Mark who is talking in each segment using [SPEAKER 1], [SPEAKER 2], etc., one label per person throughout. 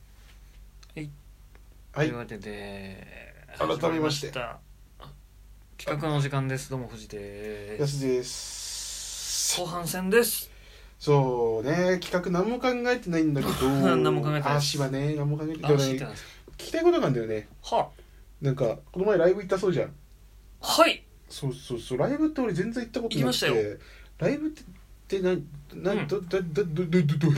[SPEAKER 1] と
[SPEAKER 2] はい
[SPEAKER 1] いう、わけで
[SPEAKER 2] 改めまして
[SPEAKER 1] 始りました企画の時間ですどうも藤で
[SPEAKER 2] や
[SPEAKER 1] す
[SPEAKER 2] すです
[SPEAKER 1] 後。半戦です
[SPEAKER 2] そうね、企画何も考えてないんだけど、
[SPEAKER 1] 何も考えてない
[SPEAKER 2] 足はね、何も考えて
[SPEAKER 1] あ
[SPEAKER 2] ない。
[SPEAKER 1] 知
[SPEAKER 2] で
[SPEAKER 1] って
[SPEAKER 2] もね
[SPEAKER 1] たんです
[SPEAKER 2] 聞きたいことがあるんだよね。
[SPEAKER 1] は
[SPEAKER 2] なんか、この前ライブ行ったそうじゃん。
[SPEAKER 1] はい
[SPEAKER 2] そうそうそう、ライブって俺全然行ったことな
[SPEAKER 1] 行きま
[SPEAKER 2] く
[SPEAKER 1] したよ
[SPEAKER 2] て、ライブって、って何、
[SPEAKER 1] うん
[SPEAKER 2] 何、ど、ど、ど、ど、ど、ど、ど、ど、ど、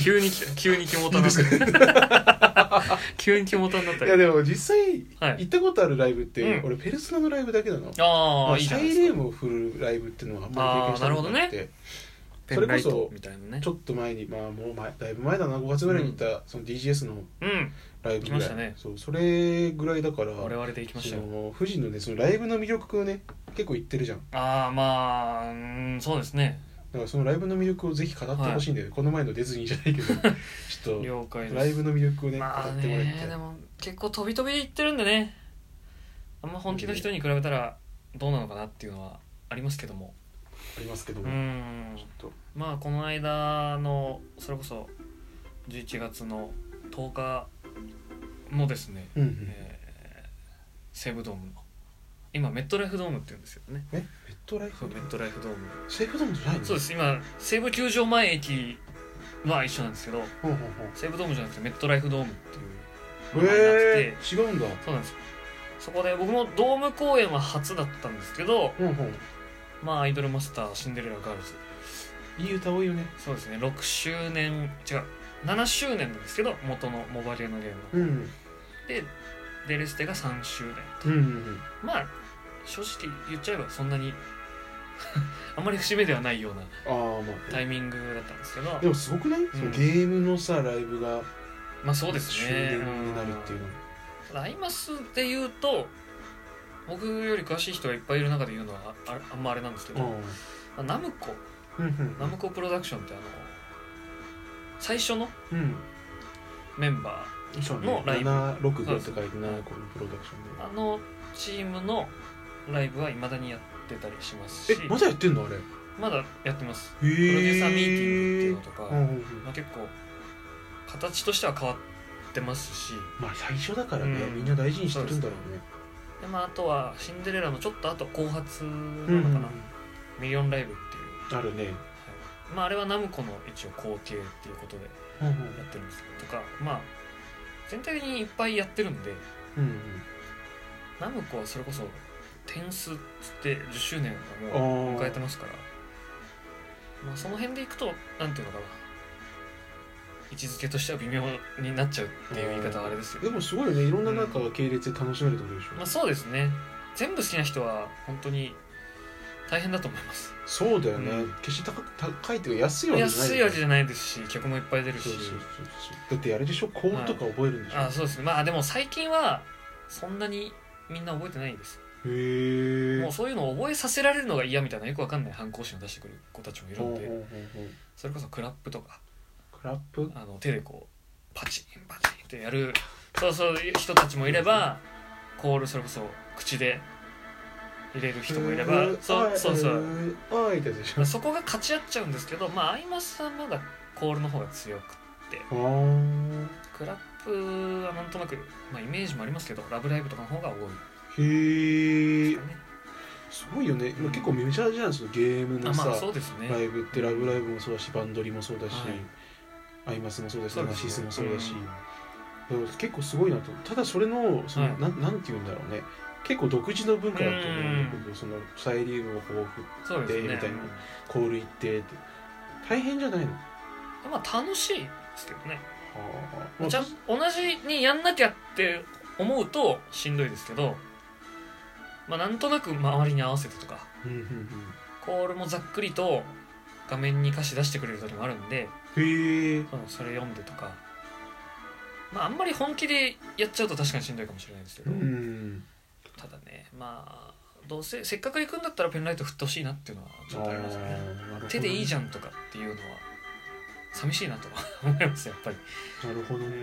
[SPEAKER 1] 急にき急に気持たなって 急に気持たになった
[SPEAKER 2] いや
[SPEAKER 1] よ
[SPEAKER 2] でも実際
[SPEAKER 1] はい
[SPEAKER 2] 行ったことあるライブっ
[SPEAKER 1] う
[SPEAKER 2] て
[SPEAKER 1] ん
[SPEAKER 2] 俺ペルソナのライブだけなの
[SPEAKER 1] あ
[SPEAKER 2] ま
[SPEAKER 1] あ
[SPEAKER 2] あ
[SPEAKER 1] いいじゃ
[SPEAKER 2] サ
[SPEAKER 1] ない
[SPEAKER 2] イ
[SPEAKER 1] です
[SPEAKER 2] レー
[SPEAKER 1] か
[SPEAKER 2] ムを振るライブっていうのはあんまり経験したことなくて
[SPEAKER 1] ペンライ
[SPEAKER 2] それ
[SPEAKER 1] ト
[SPEAKER 2] こそ
[SPEAKER 1] みたいなね
[SPEAKER 2] ちょっと前にまあもう前だいぶ前だな5月ぐらいに行ったその DGS の
[SPEAKER 1] うん
[SPEAKER 2] ライブ
[SPEAKER 1] 行きま
[SPEAKER 2] ぐ
[SPEAKER 1] した
[SPEAKER 2] ら
[SPEAKER 1] ね
[SPEAKER 2] いそうそれぐらいだから
[SPEAKER 1] 我々で行きまし
[SPEAKER 2] そ
[SPEAKER 1] たよ
[SPEAKER 2] の富士のねそのライブの魅力をね結構言ってるじゃん
[SPEAKER 1] ああまあうんそうですね
[SPEAKER 2] だからそのライブの魅力をぜひ語ってほしいんだよねこの前のディズニーじゃない けどちょっ
[SPEAKER 1] 了解
[SPEAKER 2] と
[SPEAKER 1] です
[SPEAKER 2] ライブの魅力をね語
[SPEAKER 1] まあ
[SPEAKER 2] ってもらい
[SPEAKER 1] ね
[SPEAKER 2] た
[SPEAKER 1] で
[SPEAKER 2] い
[SPEAKER 1] も結構飛び飛びで行ってるんでねあんま本気の人に比べたらどうなのかなっていうのはありますけども
[SPEAKER 2] ありますけど
[SPEAKER 1] う
[SPEAKER 2] も
[SPEAKER 1] ん
[SPEAKER 2] ちょっと
[SPEAKER 1] まあこの間のそれこそ11月の10日のですね、
[SPEAKER 2] うんうんメ
[SPEAKER 1] えー西武ドームの今メットライフドームって言うんですよね
[SPEAKER 2] ットライ
[SPEAKER 1] そ
[SPEAKER 2] フ
[SPEAKER 1] うメットライフドーム
[SPEAKER 2] セーフドームじゃないの
[SPEAKER 1] そうです今西武球場前駅は一緒なんですけど
[SPEAKER 2] ほうほうほう
[SPEAKER 1] 西武ドームじゃなくてメットライフドームっていう名前になってて、
[SPEAKER 2] えー、違うんだ
[SPEAKER 1] そうなんですよそこで僕もドーム公演は初だったんですけど
[SPEAKER 2] うんうん
[SPEAKER 1] まあアイドルマスターシンデレラガールズ
[SPEAKER 2] いい歌多いよね
[SPEAKER 1] そうですね6周年違う7周年なんですけど元のモバゲーのゲームの
[SPEAKER 2] うん
[SPEAKER 1] でデレステが3周年
[SPEAKER 2] うんうん
[SPEAKER 1] まあ正直言っちゃえばそんなに あんまり節目ではないような
[SPEAKER 2] ああまあ
[SPEAKER 1] タイミングだったんですけど
[SPEAKER 2] でもすごくない、そのゲームのさライブが
[SPEAKER 1] まあそうです
[SPEAKER 2] 終
[SPEAKER 1] ね
[SPEAKER 2] 電になるっていうの
[SPEAKER 1] うんライマスで言うと僕より詳しい人がいっぱいいる中で言うのはああんまあれなんですけど、まあナムコ
[SPEAKER 2] うんうん
[SPEAKER 1] ナムコプロダクションってあの最初の
[SPEAKER 2] うん
[SPEAKER 1] メンバ
[SPEAKER 2] そうね
[SPEAKER 1] のライブ
[SPEAKER 2] 765とかいなこのプロダクシ
[SPEAKER 1] ー
[SPEAKER 2] ョ
[SPEAKER 1] あのチームのライブはいまだにやってたりします
[SPEAKER 2] ン
[SPEAKER 1] し
[SPEAKER 2] でえまだやってんのあれへ
[SPEAKER 1] まだやってます
[SPEAKER 2] えプロ
[SPEAKER 1] プロデューサーミーティングっていうのとか、
[SPEAKER 2] うんうんうん
[SPEAKER 1] まあ、結構形としては変わってますし
[SPEAKER 2] まあ最初だからね、
[SPEAKER 1] うん
[SPEAKER 2] みんな大事にしてるんだろうね
[SPEAKER 1] で、まあ、あとはシンデレラのちょっとあと後発な
[SPEAKER 2] うん
[SPEAKER 1] のかな、ミリオンライブっていう、
[SPEAKER 2] あるね
[SPEAKER 1] まあ、あれはナムコの一応後継っていうことでや
[SPEAKER 2] うんうん
[SPEAKER 1] ってるんですけどとかまあ全体的にいっぱいやってるんでナムコはそれこそ点数っつって10周年がもう
[SPEAKER 2] あー
[SPEAKER 1] 迎えてますからまあ、その辺でいくとなんていうのかな位置づけとしては微妙になっちゃうっていう言い方はあれです
[SPEAKER 2] で
[SPEAKER 1] よ、
[SPEAKER 2] もすごいよねいろんな中が系列で楽しめるってことでしょ、
[SPEAKER 1] まあ、そうですね全部好きな人は本当に大変だと思います
[SPEAKER 2] そうだよね、
[SPEAKER 1] うん
[SPEAKER 2] 決して高く高いっていうか安いわけじゃない
[SPEAKER 1] 安い
[SPEAKER 2] よ
[SPEAKER 1] わ
[SPEAKER 2] ね
[SPEAKER 1] けじゃないですし曲もいっぱい出るし
[SPEAKER 2] そうそうそうそうだってあれでしょコールとか覚えるんでしょ、
[SPEAKER 1] あそうですねまあでも最近はそんなにみんな覚えてないです
[SPEAKER 2] へえ
[SPEAKER 1] もうそういうのを覚えさせられるのが嫌みたいなよくわかんない反抗心を出してくる子たちもいるんでそれこそクラップとか
[SPEAKER 2] クラップ
[SPEAKER 1] あの手でこうパチンパチンってやるそうそういう人たちもいればコールそれこそ口で入れる人もいればそうそうそう
[SPEAKER 2] ああいたでしょ
[SPEAKER 1] まあそこが勝ち合っちゃうんですけどまあアイマスさんまだコールの方が強く
[SPEAKER 2] あー
[SPEAKER 1] クラップはなんとなく、まあ、イメージもありますけど「ラブライブ!」とかの方が多い
[SPEAKER 2] へ
[SPEAKER 1] で
[SPEAKER 2] え
[SPEAKER 1] すかね
[SPEAKER 2] すごいよね、まあ、結構メジャーじゃんそのゲーム
[SPEAKER 1] あ
[SPEAKER 2] のさ、
[SPEAKER 1] まあそうですね
[SPEAKER 2] ライブって「ラブライブ!」もそうだしバンドリもそうだし、
[SPEAKER 1] はい
[SPEAKER 2] アイマスもそうだし
[SPEAKER 1] そう
[SPEAKER 2] ナ
[SPEAKER 1] ですね
[SPEAKER 2] シスもそうだし、
[SPEAKER 1] うん
[SPEAKER 2] だから結構すごいなとただそれのその、
[SPEAKER 1] はい
[SPEAKER 2] なんなんて言うんだろうね結構独自の文化だと思うんだけど、そのスタイリングを豊富
[SPEAKER 1] そうですね
[SPEAKER 2] みたいなコール一定って大変じゃないの
[SPEAKER 1] うんまあ楽しいですけどね
[SPEAKER 2] はあ
[SPEAKER 1] じゃ同じにやんなきゃって思うとしんどいですけど、まあ、なんとなく周りに合わせてとか
[SPEAKER 2] うんうんうん
[SPEAKER 1] コールもざっくりと画面に歌詞出してくれる時もあるんで
[SPEAKER 2] へえ
[SPEAKER 1] そのそれ読んでとか、まあ、あんまり本気でやっちゃうと確かにしんどいかもしれないですけ
[SPEAKER 2] う
[SPEAKER 1] ど、
[SPEAKER 2] ん
[SPEAKER 1] ただねまあどうせせっかく行くんだったらペンライト振ってほしいなっていうのはちょっとありますよね手でいいじ
[SPEAKER 2] ゃ
[SPEAKER 1] ゃんとかっていうのは寂しいなと思いますやっぱり
[SPEAKER 2] んなるほどね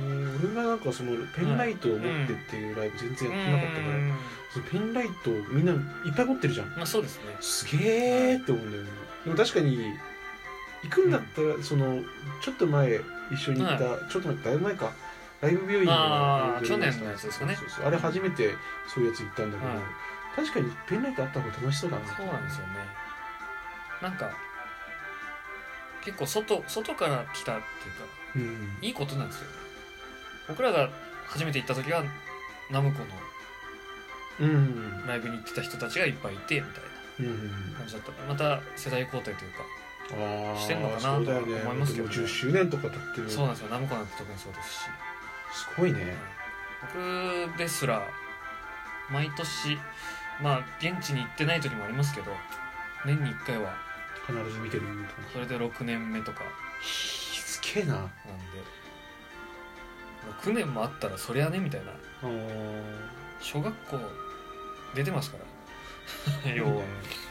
[SPEAKER 2] うん俺がなんかそのペンライトを持ってっていうライブ全然やってなかったか
[SPEAKER 1] う
[SPEAKER 2] ら
[SPEAKER 1] ん
[SPEAKER 2] そのペンライトみんないっぱい持ってるじゃん
[SPEAKER 1] まあそうですね
[SPEAKER 2] すげえって思うんだよねでも確かに行くんだったら、そのちょっと前一緒に行った、ちょっと前だいぶ前かライブ病院
[SPEAKER 1] あー
[SPEAKER 2] ライブ病院
[SPEAKER 1] 去年のやつですかね
[SPEAKER 2] そうそうそうあれ初めてそういうやつ行ったんだけど、
[SPEAKER 1] はい
[SPEAKER 2] 確かにペンライトあった方が楽しそうだな
[SPEAKER 1] そうなんですよねなんか結構外外から来たっていうか
[SPEAKER 2] うん
[SPEAKER 1] いいことなんですよ僕らが初めて行った時はナムコの
[SPEAKER 2] うん
[SPEAKER 1] ライブに行ってた人たちがいっぱいいてみたい
[SPEAKER 2] うん
[SPEAKER 1] な感じだったまた世代交代というか
[SPEAKER 2] ああ
[SPEAKER 1] してんのかな
[SPEAKER 2] そうだよね
[SPEAKER 1] と思いますけど
[SPEAKER 2] だってもう10周年とか経ってる
[SPEAKER 1] そうなんですよナムコなんて特にそうですし
[SPEAKER 2] すごいね
[SPEAKER 1] 僕ですら毎年まあ現地に行ってない時もありますけど年に1回は
[SPEAKER 2] 必ず見てるみたいな
[SPEAKER 1] それで6年目とか
[SPEAKER 2] しつけえな
[SPEAKER 1] なんで6年もあったらそりゃねみたいな
[SPEAKER 2] あー
[SPEAKER 1] 小学校出てますから 要は、
[SPEAKER 2] いいね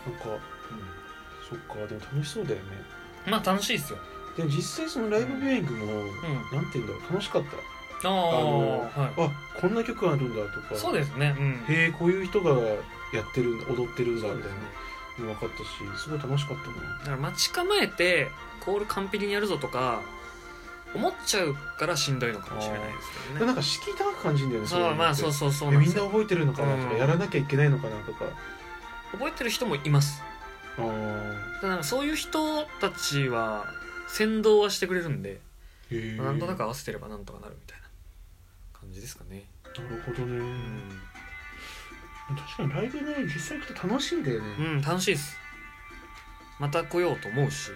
[SPEAKER 2] なんかそっかでも楽しそうだよね
[SPEAKER 1] うんまあ楽しいですよ
[SPEAKER 2] でも実際そのライブビューイングも、
[SPEAKER 1] うん
[SPEAKER 2] なんて言うんだろう楽しかった
[SPEAKER 1] あ
[SPEAKER 2] の
[SPEAKER 1] あは
[SPEAKER 2] あこんな曲あるんだとか
[SPEAKER 1] いそうですねうん
[SPEAKER 2] へえこういう人がやってるんだ踊ってるんだ
[SPEAKER 1] そう
[SPEAKER 2] み
[SPEAKER 1] で
[SPEAKER 2] た
[SPEAKER 1] す
[SPEAKER 2] い
[SPEAKER 1] ね
[SPEAKER 2] なの分かったしすごい楽しかったな
[SPEAKER 1] だから待ち構えてコール完璧にやるぞとか思っちゃうからしんどいのかもしれないですけ
[SPEAKER 2] で
[SPEAKER 1] ど
[SPEAKER 2] もな
[SPEAKER 1] ね
[SPEAKER 2] んか敷居高く感じるんだよね
[SPEAKER 1] そうまあそう
[SPEAKER 2] そ
[SPEAKER 1] そうそうう
[SPEAKER 2] い
[SPEAKER 1] な
[SPEAKER 2] の
[SPEAKER 1] ん
[SPEAKER 2] っ
[SPEAKER 1] で
[SPEAKER 2] てえみ
[SPEAKER 1] す
[SPEAKER 2] んな
[SPEAKER 1] よ
[SPEAKER 2] 覚えてるのかなとか、
[SPEAKER 1] うん
[SPEAKER 2] やらなきゃいけないのかなとか
[SPEAKER 1] 覚えてる人もいます
[SPEAKER 2] あー
[SPEAKER 1] ただなんかそういう人たちは先導はしてくれるんで、
[SPEAKER 2] へえ
[SPEAKER 1] なんとなく合わせてればなんとかなるみたいな感じですかね
[SPEAKER 2] なるほどね、
[SPEAKER 1] うん、
[SPEAKER 2] 確かにライブね実際行くと楽しいんだよね、
[SPEAKER 1] うん、楽しいですまた来ようと思うし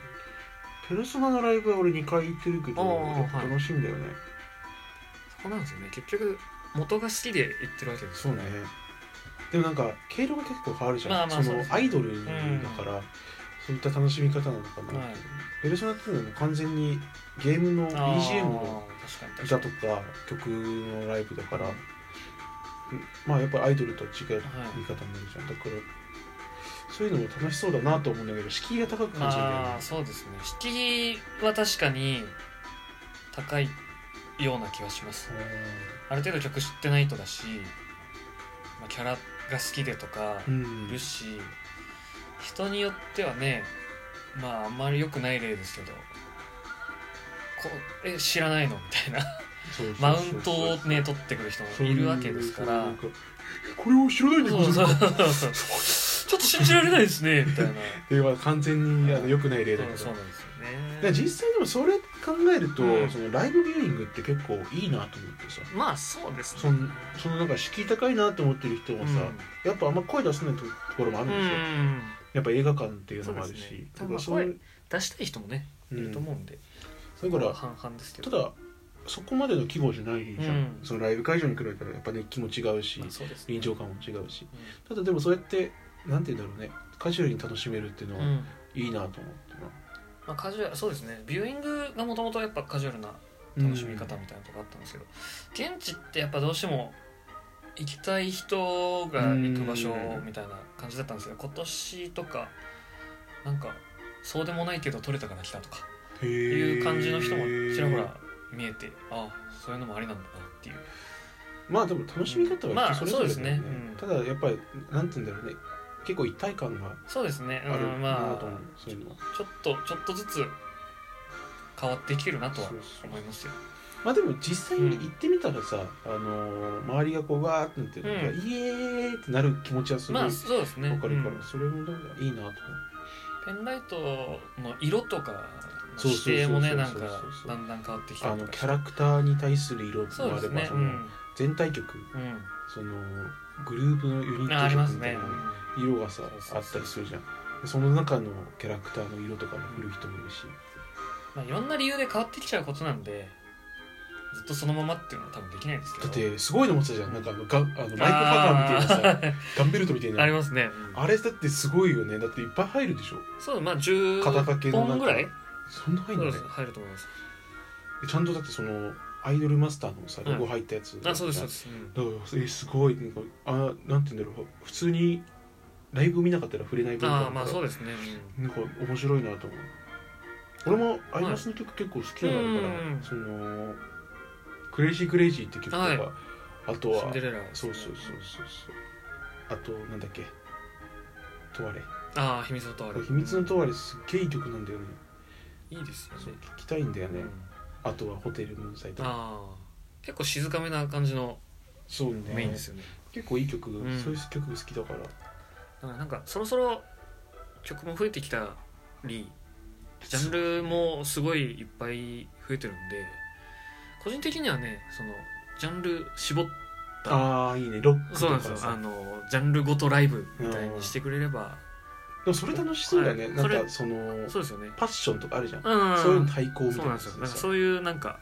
[SPEAKER 2] ペルソナのライブは俺2回行ってるけど
[SPEAKER 1] あー
[SPEAKER 2] やっぱ楽しいんだよね、
[SPEAKER 1] そこなんですよね結局元が好きで行ってるわけです
[SPEAKER 2] そうねでもなんか毛色が結構変わるじゃん、
[SPEAKER 1] まあまあ
[SPEAKER 2] そ
[SPEAKER 1] そう
[SPEAKER 2] の
[SPEAKER 1] です
[SPEAKER 2] アイドルだから、そういった楽しみ方なのかな、
[SPEAKER 1] はい
[SPEAKER 2] ペルソナっていうのはもう完全にゲームの BGM の
[SPEAKER 1] あー確かに確か
[SPEAKER 2] 歌とか曲のライブだから、まあやっぱアイドルとは違う見方になるじゃん、だからそういうのも楽しそうだなと思うんだけど敷居が高く
[SPEAKER 1] に
[SPEAKER 2] 感じるんだよ
[SPEAKER 1] まあそうですね引きは確かに高いような気はします
[SPEAKER 2] ね
[SPEAKER 1] ある程度曲知ってないとだし、まあ、キャラが好きでとか
[SPEAKER 2] う
[SPEAKER 1] い
[SPEAKER 2] ん
[SPEAKER 1] るし人によってはねまああんまり良くない例ですけどこえ知らないのみたいな
[SPEAKER 2] そうそうそうそう
[SPEAKER 1] マウントをね取ってくる人もいるわけですから
[SPEAKER 2] そういうなんこれを知らないでく
[SPEAKER 1] そう
[SPEAKER 2] だ
[SPEAKER 1] そう
[SPEAKER 2] さい
[SPEAKER 1] ちょっと信じられないですねみたいな
[SPEAKER 2] っていうのは完全にあの良くない例だけど
[SPEAKER 1] そうなんです
[SPEAKER 2] だか
[SPEAKER 1] よね
[SPEAKER 2] ら実際でもそれ考えると、
[SPEAKER 1] うん
[SPEAKER 2] そのライブビューイングって結構いいなと思ってさ
[SPEAKER 1] まあそうですね
[SPEAKER 2] そのそのなんか敷居高いなと思ってる人もさ、やっぱあんま声出せないとところもあ
[SPEAKER 1] うん
[SPEAKER 2] る
[SPEAKER 1] うん
[SPEAKER 2] ですよ、
[SPEAKER 1] ん
[SPEAKER 2] やっぱ映画館っていうのもある
[SPEAKER 1] そうです
[SPEAKER 2] し
[SPEAKER 1] ね
[SPEAKER 2] だからそういう
[SPEAKER 1] 出したい人もねいると思うんで
[SPEAKER 2] だから
[SPEAKER 1] 半々ですけ
[SPEAKER 2] た
[SPEAKER 1] ど
[SPEAKER 2] だそこまでの規模じゃないじゃん、
[SPEAKER 1] うん
[SPEAKER 2] そのライブ会場に来るからやっぱ熱気も違うし、
[SPEAKER 1] まあそうですね
[SPEAKER 2] 臨場感も違うし
[SPEAKER 1] うん
[SPEAKER 2] ただでもそうやってなんて言うんだろうねカジュアルに楽しめるっていうの
[SPEAKER 1] う
[SPEAKER 2] は
[SPEAKER 1] ん
[SPEAKER 2] いいなと思ってな、
[SPEAKER 1] まあ、カジュアルそうですねビューイングがもともとやっぱカジュアルな楽しみ方みたいなとこあったんですけど、現地ってやっぱどうしても行きたい人が行く場所みたいな感じだったんですけど今年とかなんかそうでもないけど取れたから来たとか
[SPEAKER 2] へー
[SPEAKER 1] いう感じの人もちらほら見えてああそういうのもありなんだなっていう
[SPEAKER 2] まあでも楽しみ方は人それぞれだよね,、
[SPEAKER 1] まあそうですねうん
[SPEAKER 2] ただやっぱりなんて言うんだろうね結構一体感が
[SPEAKER 1] そうですね、
[SPEAKER 2] ある
[SPEAKER 1] うん、
[SPEAKER 2] な
[SPEAKER 1] ま
[SPEAKER 2] と思う、
[SPEAKER 1] あ
[SPEAKER 2] そういうのは
[SPEAKER 1] ちょっとちょっとずつ変わってきてるなとは
[SPEAKER 2] そうそう
[SPEAKER 1] 思いますよ
[SPEAKER 2] まあでも実際に行ってみたらさ、あのー周りがこうわーってなってるから、
[SPEAKER 1] うん
[SPEAKER 2] イエーイってなる気持ちはすごい
[SPEAKER 1] まあ
[SPEAKER 2] わ
[SPEAKER 1] そうですね
[SPEAKER 2] かるから、
[SPEAKER 1] うん
[SPEAKER 2] それもなんかいいなと思う
[SPEAKER 1] ペンライトの色とかの指定もね
[SPEAKER 2] そう
[SPEAKER 1] な
[SPEAKER 2] そ
[SPEAKER 1] ん
[SPEAKER 2] うそうそ
[SPEAKER 1] か
[SPEAKER 2] うそうそ
[SPEAKER 1] だ
[SPEAKER 2] う
[SPEAKER 1] んだん変わってきた
[SPEAKER 2] あ
[SPEAKER 1] り
[SPEAKER 2] の
[SPEAKER 1] とか
[SPEAKER 2] キ
[SPEAKER 1] し
[SPEAKER 2] ャ
[SPEAKER 1] て
[SPEAKER 2] ラクターに対する色も
[SPEAKER 1] そう
[SPEAKER 2] あ
[SPEAKER 1] で
[SPEAKER 2] れ
[SPEAKER 1] す
[SPEAKER 2] ば、
[SPEAKER 1] ね
[SPEAKER 2] そうの
[SPEAKER 1] ん、
[SPEAKER 2] 全体曲
[SPEAKER 1] う
[SPEAKER 2] そのグループのユニッ
[SPEAKER 1] ん、ああ
[SPEAKER 2] ト
[SPEAKER 1] りま
[SPEAKER 2] 曲
[SPEAKER 1] す
[SPEAKER 2] みたい
[SPEAKER 1] ね
[SPEAKER 2] な色がさ、あったりするじゃんでその中のキャラクターの色とかも振る人もいるし、
[SPEAKER 1] まあ、いろんな理由で変わってきちゃうことなんでずっとそのままっていうのは多分できないんですけど
[SPEAKER 2] だってすごいの持ってたじゃんなんかあのがあのマイクパカーみたいなさガンベルトみたい
[SPEAKER 1] ああ
[SPEAKER 2] な
[SPEAKER 1] りますね、
[SPEAKER 2] あれだってすごいよねだっていっぱい入るでしょ
[SPEAKER 1] そうまあ10
[SPEAKER 2] 肩掛けの中
[SPEAKER 1] 本ぐらい
[SPEAKER 2] そんな入ん
[SPEAKER 1] そう
[SPEAKER 2] の
[SPEAKER 1] で
[SPEAKER 2] ね
[SPEAKER 1] す入ると思います
[SPEAKER 2] でちゃんとだってそのアイドルマスターのさ
[SPEAKER 1] うん
[SPEAKER 2] ロゴ入ったやつ、
[SPEAKER 1] あそうですそうです、うん
[SPEAKER 2] だからえすごいなんかあなんて言うんだろう普通にライブ見なかったら触れない文化だ
[SPEAKER 1] あ
[SPEAKER 2] か
[SPEAKER 1] あ
[SPEAKER 2] ら
[SPEAKER 1] まあそうですね、
[SPEAKER 2] なんか面白いなと思う俺もアイマスの曲結構好きなのだから、
[SPEAKER 1] うん
[SPEAKER 2] その「クレイジークレイジー」って曲とか、
[SPEAKER 1] はい
[SPEAKER 2] あと
[SPEAKER 1] うん、
[SPEAKER 2] は
[SPEAKER 1] シンデレラ、
[SPEAKER 2] そうそうそうそうそうあとなんだっけ「とわれ」
[SPEAKER 1] ああ秘密のとあ
[SPEAKER 2] これ
[SPEAKER 1] る
[SPEAKER 2] 秘密のとわれ」すっげえいい曲なんだよね
[SPEAKER 1] いいですよ
[SPEAKER 2] そう
[SPEAKER 1] ね、
[SPEAKER 2] 聞きたいんだよね、
[SPEAKER 1] うん
[SPEAKER 2] あとはホテルのサイト
[SPEAKER 1] ああ結構静かめな感じの
[SPEAKER 2] そう
[SPEAKER 1] メイン
[SPEAKER 2] ね
[SPEAKER 1] ですよね
[SPEAKER 2] 結構いい曲、
[SPEAKER 1] うん
[SPEAKER 2] そういう曲好きだから
[SPEAKER 1] だからなんかそろそろ曲も増えてきたりジャンルもすごいいっぱい増えてるんで個人的にはねそのジャンル絞った
[SPEAKER 2] ああいいねロックと
[SPEAKER 1] そうなん
[SPEAKER 2] か
[SPEAKER 1] です
[SPEAKER 2] さ
[SPEAKER 1] よあのジャンルごとライブみたいにしてくれれば
[SPEAKER 2] でもそれ楽しそうだね、
[SPEAKER 1] はい
[SPEAKER 2] なん
[SPEAKER 1] そ
[SPEAKER 2] か
[SPEAKER 1] れ
[SPEAKER 2] その
[SPEAKER 1] そうですよね
[SPEAKER 2] パッションとかあるじゃん、
[SPEAKER 1] うん
[SPEAKER 2] そういうの対抗みた
[SPEAKER 1] そう
[SPEAKER 2] い
[SPEAKER 1] なん
[SPEAKER 2] な
[SPEAKER 1] ですよ
[SPEAKER 2] さ
[SPEAKER 1] なんかそういうなんか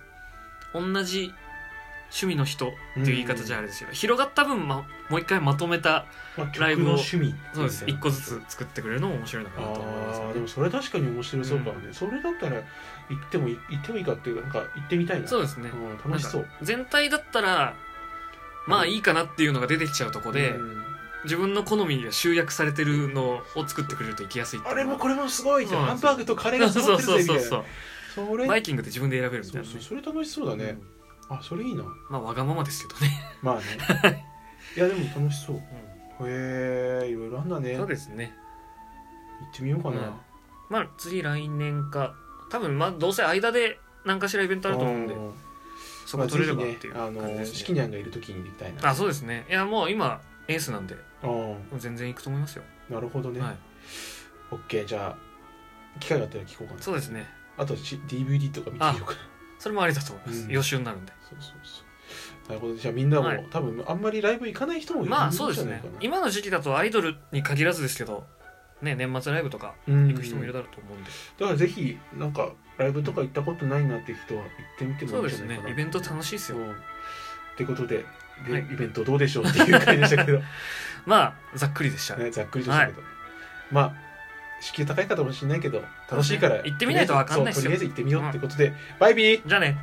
[SPEAKER 1] 同じ趣味の人っていう言い方じゃあれですよ広がった分、ま、もう一回まとめた
[SPEAKER 2] まあ曲
[SPEAKER 1] ライブを
[SPEAKER 2] の趣味
[SPEAKER 1] そうです
[SPEAKER 2] み
[SPEAKER 1] 一
[SPEAKER 2] たいな
[SPEAKER 1] 個ずつ作ってくれるのも面白いのかなと思います、
[SPEAKER 2] ああでもそれ確かに面白そうかもね、それだったら行ってもい行ってもいいかっていうかなんか行ってみたいな
[SPEAKER 1] そうですね
[SPEAKER 2] ん楽しそう
[SPEAKER 1] なんか全体だったらまあいいかなっていうのが出てきちゃうとこで、
[SPEAKER 2] うん
[SPEAKER 1] 自分の好みが集約されてるのを作ってくれると行きやすいってい
[SPEAKER 2] あ
[SPEAKER 1] う
[SPEAKER 2] れ
[SPEAKER 1] の
[SPEAKER 2] も
[SPEAKER 1] は
[SPEAKER 2] これもすごいじゃん
[SPEAKER 1] そうなんです
[SPEAKER 2] ハン
[SPEAKER 1] よ
[SPEAKER 2] バーグとカレーが揃ってるぜ
[SPEAKER 1] そう
[SPEAKER 2] みた
[SPEAKER 1] そ
[SPEAKER 2] いうな
[SPEAKER 1] そう
[SPEAKER 2] そ
[SPEAKER 1] そう
[SPEAKER 2] れ
[SPEAKER 1] バイキングって自分で選べるみた
[SPEAKER 2] そ
[SPEAKER 1] いうなね
[SPEAKER 2] そうそれ楽しそうだね、
[SPEAKER 1] うん
[SPEAKER 2] あそれいいな
[SPEAKER 1] まあわがままですけどね、
[SPEAKER 2] まあね いやでも楽しそうへえいろいろあんだね
[SPEAKER 1] そ
[SPEAKER 2] 行
[SPEAKER 1] う
[SPEAKER 2] っ
[SPEAKER 1] ですね
[SPEAKER 2] てみようかな、
[SPEAKER 1] うんまあ次来年か多分まあどうせ間で何かしらイベントあると思うんで
[SPEAKER 2] ん
[SPEAKER 1] そこ取れればっていう
[SPEAKER 2] まあ
[SPEAKER 1] 感じ
[SPEAKER 2] ぜひねあの
[SPEAKER 1] で
[SPEAKER 2] シ
[SPEAKER 1] す
[SPEAKER 2] キ
[SPEAKER 1] ね
[SPEAKER 2] ニャンがいる時に行きたいな
[SPEAKER 1] あそうですねいやもう今エースなんで
[SPEAKER 2] うん
[SPEAKER 1] 全然行くと思いますよ、
[SPEAKER 2] なるほどね、
[SPEAKER 1] はい、
[SPEAKER 2] オッケーじゃあ機会があったら聞こうかな
[SPEAKER 1] そうですね
[SPEAKER 2] あとし DVD とか見てみようかな
[SPEAKER 1] それもありだと思います、
[SPEAKER 2] うん
[SPEAKER 1] 予習になるんで
[SPEAKER 2] そうそうそうなるほどじゃあみんなも、
[SPEAKER 1] はい
[SPEAKER 2] 多分あんまりライブ行かない人もいるんじゃ
[SPEAKER 1] ま
[SPEAKER 2] な
[SPEAKER 1] あ
[SPEAKER 2] い
[SPEAKER 1] そうですね今の時期だとアイドルに限らずですけどね年末ライブとか
[SPEAKER 2] 行
[SPEAKER 1] 行く人もいるだろうと思うんで、
[SPEAKER 2] だからぜひなんかライブとか行ったことないなって人は行ってみても
[SPEAKER 1] そ
[SPEAKER 2] いい
[SPEAKER 1] うんで
[SPEAKER 2] じゃ
[SPEAKER 1] す
[SPEAKER 2] ない
[SPEAKER 1] ね
[SPEAKER 2] かな
[SPEAKER 1] イベント楽しいですよ、
[SPEAKER 2] うんってことでで、
[SPEAKER 1] はい
[SPEAKER 2] イベントどうでしょうっていう回でした けど、ね、
[SPEAKER 1] まあざっくりでした、
[SPEAKER 2] ざっくりとしたけど、まあ敷居高いかもしれないけど楽しいから、
[SPEAKER 1] そうですね行ってみないとわかんないっすよ
[SPEAKER 2] そうとりあえず行ってみようってことで、バイビー
[SPEAKER 1] じゃあね